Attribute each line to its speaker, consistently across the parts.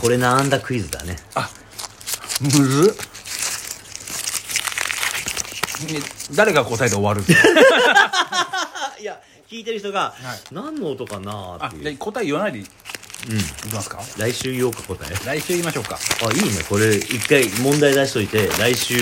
Speaker 1: これなんだクイズだね
Speaker 2: むずっね誰が答えて終わる
Speaker 1: いや聞いてる人が、
Speaker 2: はい
Speaker 1: 何の音かなー
Speaker 2: あ
Speaker 1: って
Speaker 2: じ
Speaker 1: い
Speaker 2: ゃ
Speaker 1: う
Speaker 2: あ答え言わないでい
Speaker 1: うん
Speaker 2: きますか
Speaker 1: 来週言おうか答え
Speaker 2: 来週言いましょうか
Speaker 1: あいいねこれ一回問題出しといて来週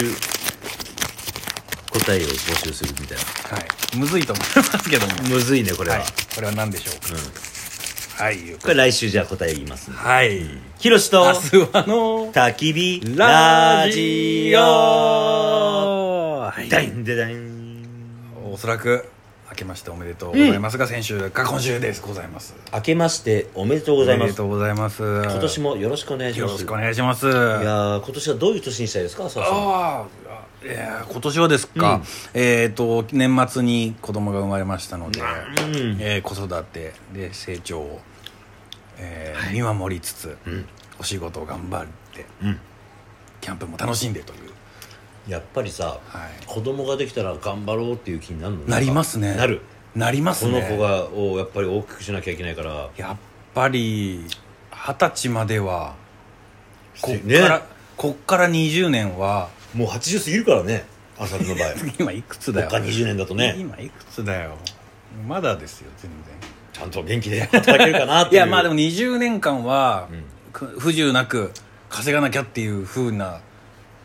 Speaker 1: 答えを募集するみたいな
Speaker 2: はいむずいと思いますけども
Speaker 1: むずいねこれは、
Speaker 2: はいこれは何でしょうか
Speaker 1: うん、
Speaker 2: はいいう
Speaker 1: これ来週じゃあ答え言いますんで
Speaker 2: はい
Speaker 1: ひろしと
Speaker 2: 明日はの
Speaker 1: 焚き火
Speaker 2: ラ
Speaker 1: ラ
Speaker 2: ジ
Speaker 1: ジ
Speaker 2: オ
Speaker 1: オ
Speaker 2: はい
Speaker 1: ダインデダイン
Speaker 2: おそらく明けましておめでとうございますが、先週か今週ですございます
Speaker 1: 明けましておめでとうござい
Speaker 2: お
Speaker 1: ま
Speaker 2: めですとうございます
Speaker 1: 今
Speaker 2: 今
Speaker 1: 年もよろしくお願いし
Speaker 2: よ
Speaker 1: ま
Speaker 2: ろ
Speaker 1: す
Speaker 2: し
Speaker 1: い
Speaker 2: くお願いします
Speaker 1: やー今年はどういう年にしたいですか浅田さん
Speaker 2: ああいや今年はですか、
Speaker 1: うん
Speaker 2: えっ、と年末に子供が生まれましたので、
Speaker 1: うん
Speaker 2: えー子育てで成長を、えー見守りつつ、
Speaker 1: ん
Speaker 2: お仕事を頑張って
Speaker 1: うん
Speaker 2: キャンプも楽しんでという、
Speaker 1: やっぱりさ
Speaker 2: はい、
Speaker 1: 子供ができたら頑張ろうっていう気になるの
Speaker 2: なりますね
Speaker 1: なる
Speaker 2: なりま
Speaker 1: こ
Speaker 2: す
Speaker 1: の
Speaker 2: ね
Speaker 1: 子がをやっぱり大きくしなきゃいけないから
Speaker 2: やっぱり二十歳まではこっ
Speaker 1: ね
Speaker 2: から、こっから20年は
Speaker 1: もう80過ぎるからね浅田の場 合
Speaker 2: 今いくつだよ
Speaker 1: 他20年だとね
Speaker 2: 今いくつだよまだですよ全然
Speaker 1: ちゃんと元気で 働けるかなってい
Speaker 2: いうやまあでも20年間は、
Speaker 1: うん
Speaker 2: く不自由なく稼がなきゃっていうふうな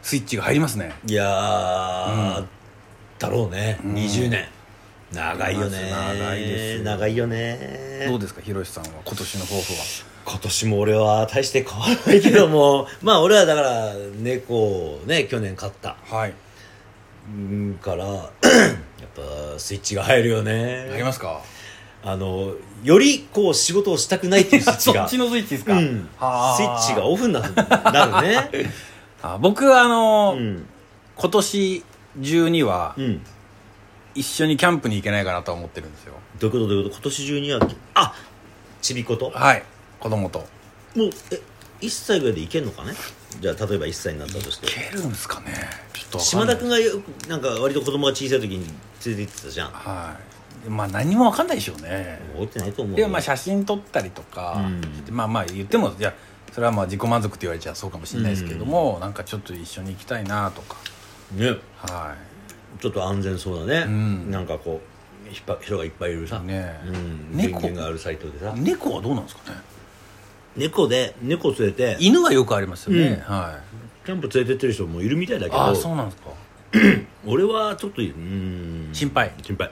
Speaker 2: スイッチが入りますね
Speaker 1: いやー、だろうね、
Speaker 2: ん
Speaker 1: 20年長いよね
Speaker 2: 長いですよ
Speaker 1: 長いよ
Speaker 2: どう
Speaker 1: ね
Speaker 2: ですかひろしさんは今年の抱負は
Speaker 1: 今年も俺は大して変わらないけども まあ俺はだから猫をね去年飼った
Speaker 2: はい
Speaker 1: うんから やっぱスイッチが入るよ
Speaker 2: あり
Speaker 1: ね
Speaker 2: ますか
Speaker 1: あのよりこう仕事をしたくないっていうスイッチ
Speaker 2: そ
Speaker 1: が
Speaker 2: っちのスイッチです
Speaker 1: う
Speaker 2: か、
Speaker 1: ん、
Speaker 2: はあ
Speaker 1: スイッチがオフになるなるね、
Speaker 2: あ僕はあの
Speaker 1: う、ん
Speaker 2: 今年中には
Speaker 1: うん、
Speaker 2: 一緒にキャンプに行けないかなとは思ってるんですよ
Speaker 1: どういうことどういうこと今年中にはあちびこと
Speaker 2: はい子供と
Speaker 1: もうえ1歳ぐらいでいけるのかねじゃあ例えば1歳になったとして
Speaker 2: 行けるんですかねちょっとわか
Speaker 1: 島
Speaker 2: んな
Speaker 1: 田
Speaker 2: い
Speaker 1: 君がよくなんか割と子供が小さい時に連れて行ってたじゃん
Speaker 2: はいまあ何もわかんないでしょうね
Speaker 1: 置いてないと思う
Speaker 2: でまあ写真撮ったりとか、
Speaker 1: うん
Speaker 2: まあまあ言ってもいやそれはまあ自己満足って言われちゃそうかもしれないですけども、なんかちょっと一緒に行きたいなとか
Speaker 1: ね
Speaker 2: は
Speaker 1: ちょっと安全そうだね、
Speaker 2: うん
Speaker 1: なんかこうひっぱ人がいっぱいいるさ、
Speaker 2: いねえ、
Speaker 1: うん、
Speaker 2: 猫
Speaker 1: 電源があるサイトでさ
Speaker 2: 猫はどうなんですかね
Speaker 1: 猫で猫連れて
Speaker 2: 犬はよくありますよね、
Speaker 1: うん
Speaker 2: はい
Speaker 1: キャンプ連れてってる人もいるみたいだけ
Speaker 2: ああそう
Speaker 1: ど
Speaker 2: なんですか
Speaker 1: 俺はちょっとうん
Speaker 2: 心配
Speaker 1: 心配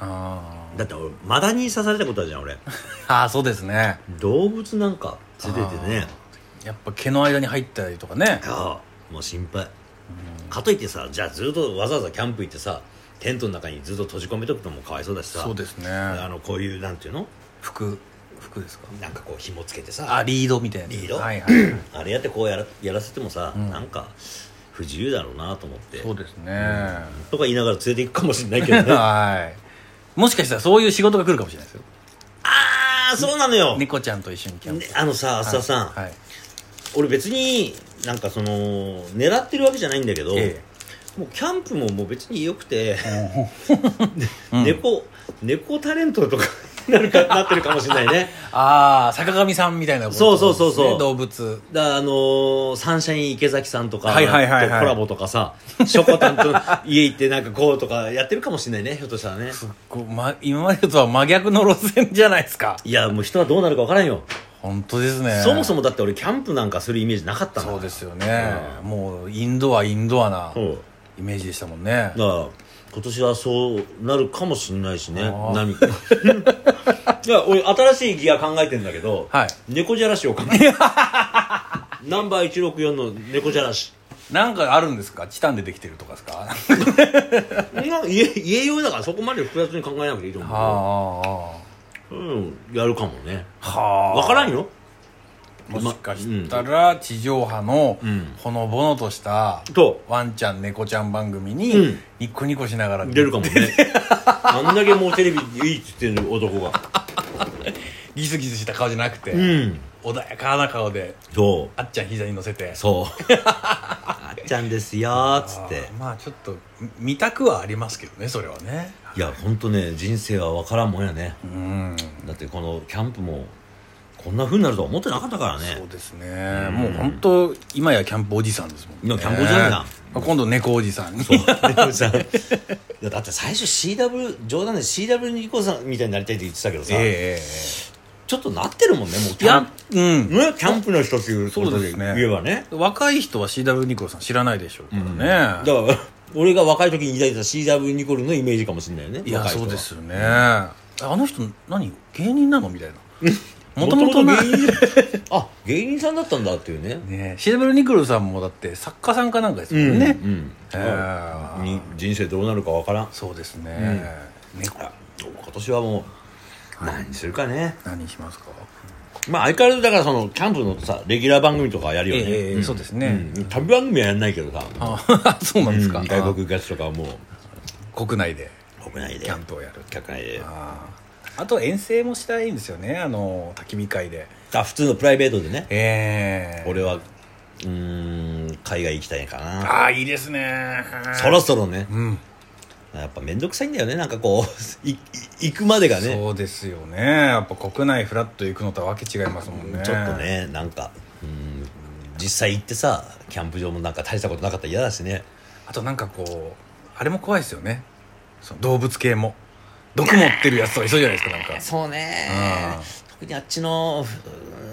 Speaker 2: あー
Speaker 1: だって俺マダニに刺されたことあるじゃん俺
Speaker 2: あーそうですね
Speaker 1: 動物なんか連れててね
Speaker 2: やっぱ毛の間に入ったりとかね
Speaker 1: ああもう心配かといってさじゃあずっとわざわざキャンプ行ってさテントの中にずっと閉じ込めとくのもかわいそうだしさ
Speaker 2: そうですね
Speaker 1: あのこういうなんていうの
Speaker 2: 服服ですか
Speaker 1: なんかこう紐つけてさ
Speaker 2: あリードみたいな
Speaker 1: リード
Speaker 2: はいはいはい
Speaker 1: あれやってこうやらやらせてもさ、
Speaker 2: うん
Speaker 1: なんか不自由だろうなと思って
Speaker 2: そうですね、
Speaker 1: とか言いながら連れて行くかもしれないけどねあ
Speaker 2: はいもしかしたらそういう仕事が来るかもしれないですよ
Speaker 1: あそうなのよ、
Speaker 2: 猫ちゃんと一緒にキャンプ、
Speaker 1: ねあのさ浅田さん、
Speaker 2: はいはい
Speaker 1: 俺別になんかその狙ってるわけじゃないんだけど、
Speaker 2: え
Speaker 1: もうキャンプももう別に良くて、
Speaker 2: うん
Speaker 1: 猫猫タレントとか になるかなってるかもしれないね
Speaker 2: ああ坂上さんみたいなことです、
Speaker 1: そうそうそうそう
Speaker 2: 動物
Speaker 1: だからあのーサンシャイン池崎さんとかと
Speaker 2: はい
Speaker 1: コ
Speaker 2: はいはいはい
Speaker 1: ラボとかさしょこたんと 家行ってなんかこうとかやってるかもしれないねひょっとしたらね
Speaker 2: こう、ま、今までとは真逆の路線じゃないですか
Speaker 1: いやもう人はどうなるか分からんよ、
Speaker 2: 本当ですね
Speaker 1: そもそ
Speaker 2: も
Speaker 1: もだって俺キャンプなんかするイメージなかったんだ
Speaker 2: そうですよね、もうインドアインドアな
Speaker 1: そう
Speaker 2: イメージでしたもんね
Speaker 1: だから今年はそうなるかもしれないしね
Speaker 2: あー
Speaker 1: 何 いや俺新しいギア考えてんだけど、
Speaker 2: はい
Speaker 1: 猫じゃらしを考えて ナンバー164の猫じゃらし
Speaker 2: なんかあるんですかチタンでできてると かですか
Speaker 1: まあ家家用だからそこまで複雑に考えなくていいと
Speaker 2: あ
Speaker 1: 思
Speaker 2: あ
Speaker 1: うけど、うん、やるかもね
Speaker 2: はあ
Speaker 1: 分からんよ
Speaker 2: もしかしたら地上波の
Speaker 1: ん
Speaker 2: ほのぼのとした
Speaker 1: と
Speaker 2: ワンちゃん猫ちゃん番組
Speaker 1: う
Speaker 2: に
Speaker 1: ん
Speaker 2: ニコニコしながら
Speaker 1: 出る かもねあんだけもうテレビいいって言ってる男が
Speaker 2: ギスギスした顔じゃなくて、
Speaker 1: うん
Speaker 2: 穏やかな顔で
Speaker 1: そ
Speaker 2: あっちゃん膝に乗せて
Speaker 1: うそう あっちゃんですよーっつって
Speaker 2: あーまあちょっとみ見たくはありますけどねそれはね
Speaker 1: いや本当ね人生は分からんもんやね
Speaker 2: うん
Speaker 1: だってこのキャンプもここんな風になるとは思ってなかったから
Speaker 2: そ
Speaker 1: ね
Speaker 2: うですね、もう本当今やキャンプおじさんですもんね
Speaker 1: 今キャンプおじさんだ
Speaker 2: まあ今度猫おじさんに
Speaker 1: いやだって最初 CW 冗談で CW ニコさんみたいになりたいって言ってたけどさ、
Speaker 2: ええ
Speaker 1: ちょっとなってるもんねもうキ
Speaker 2: い
Speaker 1: ャ
Speaker 2: や
Speaker 1: ン
Speaker 2: うん
Speaker 1: ね、キャンプの人っていうこ
Speaker 2: そ
Speaker 1: と
Speaker 2: う
Speaker 1: で
Speaker 2: ですね
Speaker 1: 言えばね
Speaker 2: 若い人は CW ニコルさん知らないでしょうからね、
Speaker 1: だから俺が若い時に抱いてた CW ニコルのイメージかもしれないよね
Speaker 2: いや
Speaker 1: 若人
Speaker 2: そ
Speaker 1: は
Speaker 2: うですよね、あの人何芸人なのみたいな も
Speaker 1: も
Speaker 2: と
Speaker 1: と
Speaker 2: も
Speaker 1: も
Speaker 2: と
Speaker 1: と芸
Speaker 2: ね
Speaker 1: 人あ芸人さんだったんだっていうね
Speaker 2: シルブル・ニクルさんもだって作家さんかなんかですもんね、
Speaker 1: うんうん
Speaker 2: えー
Speaker 1: に人生どうなるかわからん
Speaker 2: そうですね、ね
Speaker 1: あ今年はもう何するかね、
Speaker 2: 何しますか
Speaker 1: まあ相変わらずだからそのキャンプのさレギュラー番組とかやるよね、
Speaker 2: ええ
Speaker 1: ん
Speaker 2: そうですね
Speaker 1: うん旅番組はやんないけどさ
Speaker 2: あ そうなんですか、
Speaker 1: うん外国ガチとかはもう
Speaker 2: あ国内で
Speaker 1: 国内で
Speaker 2: キャンプをやる
Speaker 1: 客内で
Speaker 2: あーあと遠征もしたいんですよねあの焚き火会で
Speaker 1: あ普通のプライベートでね
Speaker 2: ええ
Speaker 1: 俺はうーん海外行きたいかな
Speaker 2: ああいいですね
Speaker 1: そろそろね
Speaker 2: うん
Speaker 1: やっぱ面倒くさいんだよねなんかこうい い行くまでがね
Speaker 2: そうですよねやっぱ国内フラッと行くのとはわけ違いますもんね
Speaker 1: ちょっとねなんかうん実際行ってさキャンプ場もなんか大したことなかったら嫌だしね
Speaker 2: あとなんかこうあれも怖いですよねその動物系も毒持ってるやつとかいそうじゃないですかなんか
Speaker 1: そうね
Speaker 2: うん
Speaker 1: 特にあっちの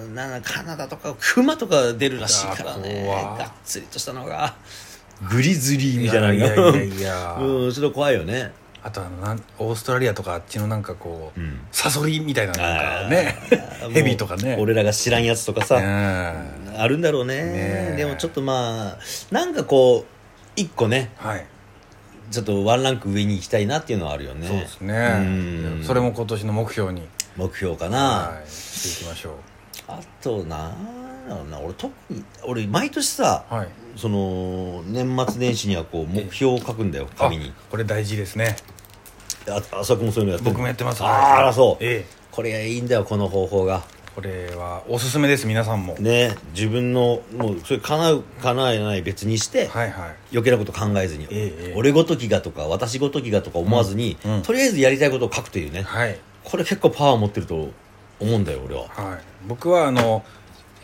Speaker 1: うんなんだカナダとかクマとか出るらしいからね
Speaker 2: うわ
Speaker 1: がっつりとしたのがグリズリーみたいなの
Speaker 2: い
Speaker 1: が
Speaker 2: やいやいやいや
Speaker 1: うんちょっと怖いよね
Speaker 2: あとあのなんオーストラリアとかあっちのなんかこう、
Speaker 1: うん
Speaker 2: サソリみたいなのなんかね
Speaker 1: あー
Speaker 2: ヘビとかね
Speaker 1: もう俺らが知らんやつとかさ、
Speaker 2: うん
Speaker 1: あるんだろうね
Speaker 2: ねえ
Speaker 1: でもちょっとまあなんかこう一個ね
Speaker 2: はい
Speaker 1: ちょっとワンランク上に行きたいなっていうのはあるよね
Speaker 2: そうです
Speaker 1: う
Speaker 2: ね
Speaker 1: ん
Speaker 2: それも今年の目標に
Speaker 1: 目標か
Speaker 2: は
Speaker 1: ない
Speaker 2: していきましょ
Speaker 1: あとなんだろうな俺特に俺毎年さ
Speaker 2: うはい
Speaker 1: その年末年始にはこう目標を書くんだよ
Speaker 2: あ
Speaker 1: 紙に
Speaker 2: これ大事ですね
Speaker 1: あ浅くもそういうのやってる
Speaker 2: 僕もやってます
Speaker 1: ああそう
Speaker 2: ええ
Speaker 1: これがいいんだよこの方法が
Speaker 2: これはおすすめです皆さんも、
Speaker 1: ね自分のもうそれ叶う叶えない別にして
Speaker 2: はいはい
Speaker 1: 余計なこと考えずに、
Speaker 2: ええ
Speaker 1: 俺ごときがとか私ごときがとか思わずに、
Speaker 2: うんうん
Speaker 1: とりあえずやりたいことを書くというね
Speaker 2: はい
Speaker 1: これ結構パワー持ってると思うんだよ俺は
Speaker 2: はい、僕はあの、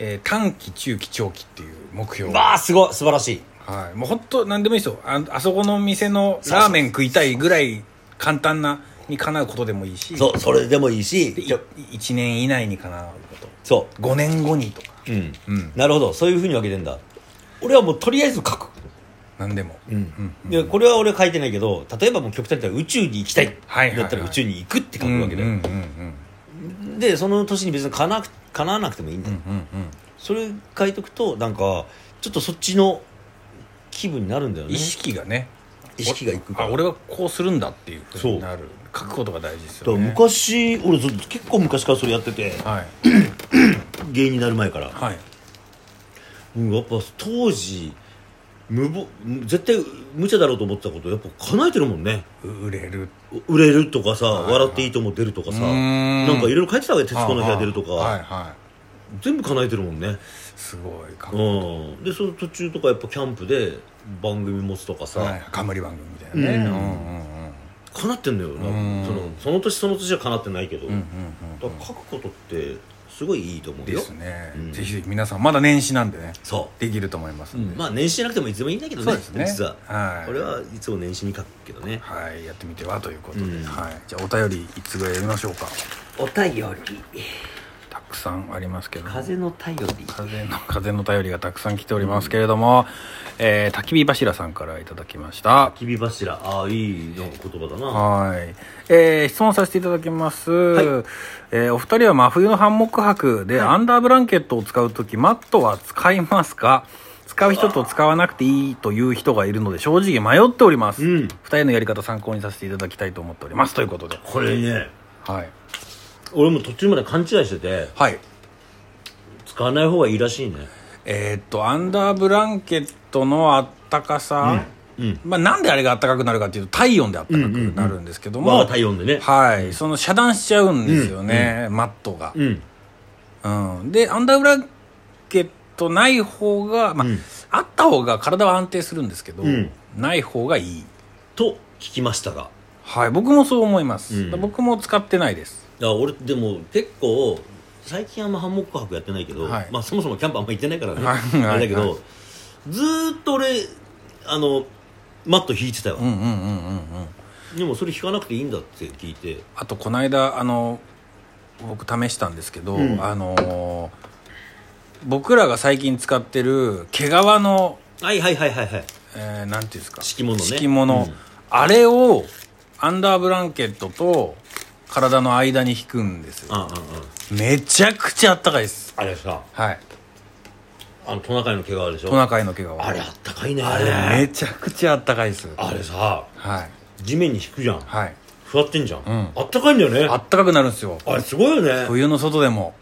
Speaker 2: えー短期中期長期っていう目標
Speaker 1: わあすごい素晴らしい
Speaker 2: はい、もう本当何でもいいですよああそこの店のラーメン食いたいぐらい簡単なにかなうことでもいいし
Speaker 1: そうそれでもいい
Speaker 2: でい
Speaker 1: し
Speaker 2: 1年以内にかなうこ
Speaker 1: そ
Speaker 2: と5年後にとか
Speaker 1: ううん、
Speaker 2: うん
Speaker 1: なるほどそういうふうに分けてんだ俺はもうとりあえず書く、
Speaker 2: 何でも、
Speaker 1: うんでこれは俺は書いてないけど例えばもう極端に言ったら宇宙に行きたい
Speaker 2: はいはいはい
Speaker 1: だったら宇宙に行くって書
Speaker 2: うん
Speaker 1: く
Speaker 2: う
Speaker 1: わ
Speaker 2: ん
Speaker 1: け
Speaker 2: う
Speaker 1: で、
Speaker 2: んうんうん
Speaker 1: でその年に別に叶わなく叶わなくてもいいんだよ、
Speaker 2: うんうん
Speaker 1: それ書いとくとなんかちょっとそっちの気分になるんだよね
Speaker 2: 意識がね
Speaker 1: 意識がいくから
Speaker 2: あ俺はこうするんだっていうふう
Speaker 1: そう
Speaker 2: になる書くことが大事です
Speaker 1: だか
Speaker 2: よ
Speaker 1: ら
Speaker 2: ね
Speaker 1: 昔俺ずっと結構昔からそれやってて
Speaker 2: はい
Speaker 1: 芸人になる前から、
Speaker 2: はい
Speaker 1: うんやっぱ当時無謀絶対無茶だろうと思ってたことやっぱ叶えてるもんね
Speaker 2: う売れる
Speaker 1: 売れるとかさ「笑っていいとも」出るとかさ
Speaker 2: うー
Speaker 1: なん
Speaker 2: ん
Speaker 1: かいろいろ書いてたわけ「徹子の部屋」出るとか、
Speaker 2: はいはい
Speaker 1: 全部叶えてるもんね
Speaker 2: すごいかっこいい
Speaker 1: うんでその途中とかやっぱキャンプで番組持つとかさ、
Speaker 2: はい、冠番組みたいなね、
Speaker 1: うん
Speaker 2: うん
Speaker 1: 叶ってんだよな
Speaker 2: うん
Speaker 1: そのその年その年は叶ってないけど、
Speaker 2: うんうんうん
Speaker 1: だから書くことってすごいいいと思う
Speaker 2: で
Speaker 1: よ
Speaker 2: すね、
Speaker 1: うん
Speaker 2: ぜひぜひ皆さんまだ年始なんでね
Speaker 1: そ
Speaker 2: できると思います
Speaker 1: う、
Speaker 2: んで、
Speaker 1: まあ年始じゃなくてもいつでもいいんだけどね
Speaker 2: そうですね
Speaker 1: 実は、
Speaker 2: はい
Speaker 1: 俺はいつも年始に書くけどね
Speaker 2: はいやってみてはということで、
Speaker 1: うん
Speaker 2: はい、じゃあお便りいつぐらいやりましょうか
Speaker 1: お便り
Speaker 2: たくさんありますけども
Speaker 1: の便り
Speaker 2: 風の風の便りがたくさん来ておりますけれども、えー焚き火柱さんからいただきました
Speaker 1: きび柱ああいいの言葉だな
Speaker 2: はい、えー質問させていただきます、えーお二人は真冬のハンモック泊で、アンダーブランケットを使う時マットは使いますか使う人と使わなくていいという人がいるので正直迷っております、
Speaker 1: うん
Speaker 2: 二人のやり方参考にさせていただきたいと思っておりますということで
Speaker 1: これね
Speaker 2: はい
Speaker 1: 俺も途中まで勘違いしてて
Speaker 2: はい
Speaker 1: 使わない方がいいらしいね
Speaker 2: えーっとアンダーブランケットのあったかさ、
Speaker 1: うん
Speaker 2: まあ、なんであれがあったかくなるかっていうと体温であったかくなるんですけども、
Speaker 1: まあ体温でね
Speaker 2: はいその遮断しちゃうんですよね、マットが、
Speaker 1: うん
Speaker 2: うん、でアンダーブランケットない方が、まあ
Speaker 1: うん
Speaker 2: あった方が体は安定するんですけど、
Speaker 1: うん
Speaker 2: ない方がいい、
Speaker 1: と聞きましたが
Speaker 2: はい、僕もそう思います、
Speaker 1: うん
Speaker 2: 僕も使ってないです
Speaker 1: いや俺でも結構最近あんまハンモック泊やってないけど、
Speaker 2: はい
Speaker 1: まあ、そもそもキャンプあんま行ってないからね、
Speaker 2: はいはい
Speaker 1: あれだけど、
Speaker 2: はい
Speaker 1: ずーっと俺あのマット引いてたよ、
Speaker 2: うんうんうんうんうん
Speaker 1: でもそれ引かなくていいんだって聞いて
Speaker 2: あとこの間あの僕試したんですけど、
Speaker 1: うん
Speaker 2: あの僕らが最近使ってる毛皮の、
Speaker 1: はいはいはいはいはい
Speaker 2: えーなんていうんですか
Speaker 1: 敷物ね
Speaker 2: 敷物
Speaker 1: うん
Speaker 2: あれをアンダーブランケットと体の間に引くんですよ
Speaker 1: ああああ
Speaker 2: めちゃくちゃあったかいです
Speaker 1: あれさ
Speaker 2: はい
Speaker 1: あのトナカイの毛皮でし
Speaker 2: ト
Speaker 1: ょ
Speaker 2: ナカイの毛皮
Speaker 1: あれあったかいね
Speaker 2: あれめちゃくちゃあったかいです
Speaker 1: あれさ
Speaker 2: はい
Speaker 1: 地面に引くじゃん
Speaker 2: はい
Speaker 1: ふわってんじゃん、
Speaker 2: ん
Speaker 1: あったかいんだよね
Speaker 2: あったかくなるんですよ
Speaker 1: あれすごいよね
Speaker 2: 冬の外でも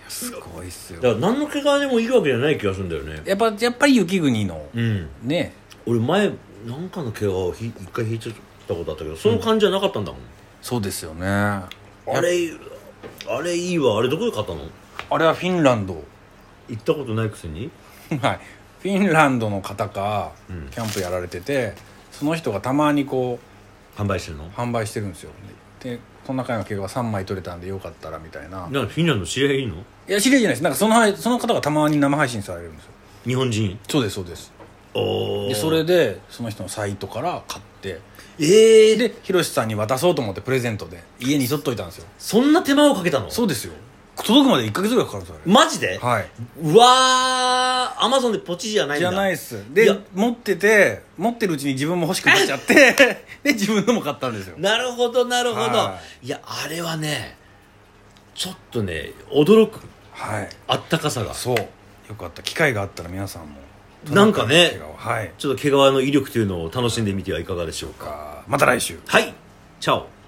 Speaker 2: いやすごいっす
Speaker 1: だ
Speaker 2: よ
Speaker 1: から何の毛皮でもいいわけじゃない気がするんだよね
Speaker 2: やっぱやっぱり雪国の
Speaker 1: うん
Speaker 2: ね
Speaker 1: 俺前なんかの毛皮をひ一回引いてたことあったけどその感じじゃなかったんだもん、
Speaker 2: そうですよねあ
Speaker 1: あれあれいいわあれどこで買ったの
Speaker 2: れはフィンランド
Speaker 1: 行ったことないくせに
Speaker 2: はいフィンランドの方か
Speaker 1: うん
Speaker 2: キャンプやられててその人がたまにこ
Speaker 1: 販売してるの
Speaker 2: う販売してるんですよでこの中の毛が3枚取れたんでよかったらみたいな
Speaker 1: なんかフィンランド知り合いいいの
Speaker 2: いや知り合いじゃないですなんかそのはいその方がたまに生配信されるんですよ
Speaker 1: 日本人
Speaker 2: そうですそうです
Speaker 1: おー
Speaker 2: でそれでその人のサイトから買って
Speaker 1: ええー、で
Speaker 2: でヒロシさんに渡そうと思ってプレゼントで家に取っといたんですよ
Speaker 1: そんな手間をかけたの
Speaker 2: そうですよ届くまで1ヶ月ぐらいかかるんですよ
Speaker 1: マジで、
Speaker 2: あれはいう
Speaker 1: わーアマゾンでポチじゃないん
Speaker 2: じ
Speaker 1: だ
Speaker 2: ゃないっす
Speaker 1: い
Speaker 2: で
Speaker 1: や
Speaker 2: 持ってて持ってるうちに自分も欲しくなっちゃって で自分のも買ったんですよ
Speaker 1: なるほどなるほど
Speaker 2: はい
Speaker 1: やあれはねちょっとね驚く
Speaker 2: はい
Speaker 1: あったかさが
Speaker 2: そうよかった機会があったら皆さんも
Speaker 1: なんかね
Speaker 2: トナカイの毛皮はい
Speaker 1: ちょっと毛皮の威力というのを楽しんでみてはいかがでしょうか
Speaker 2: かまた来週
Speaker 1: はいチャオ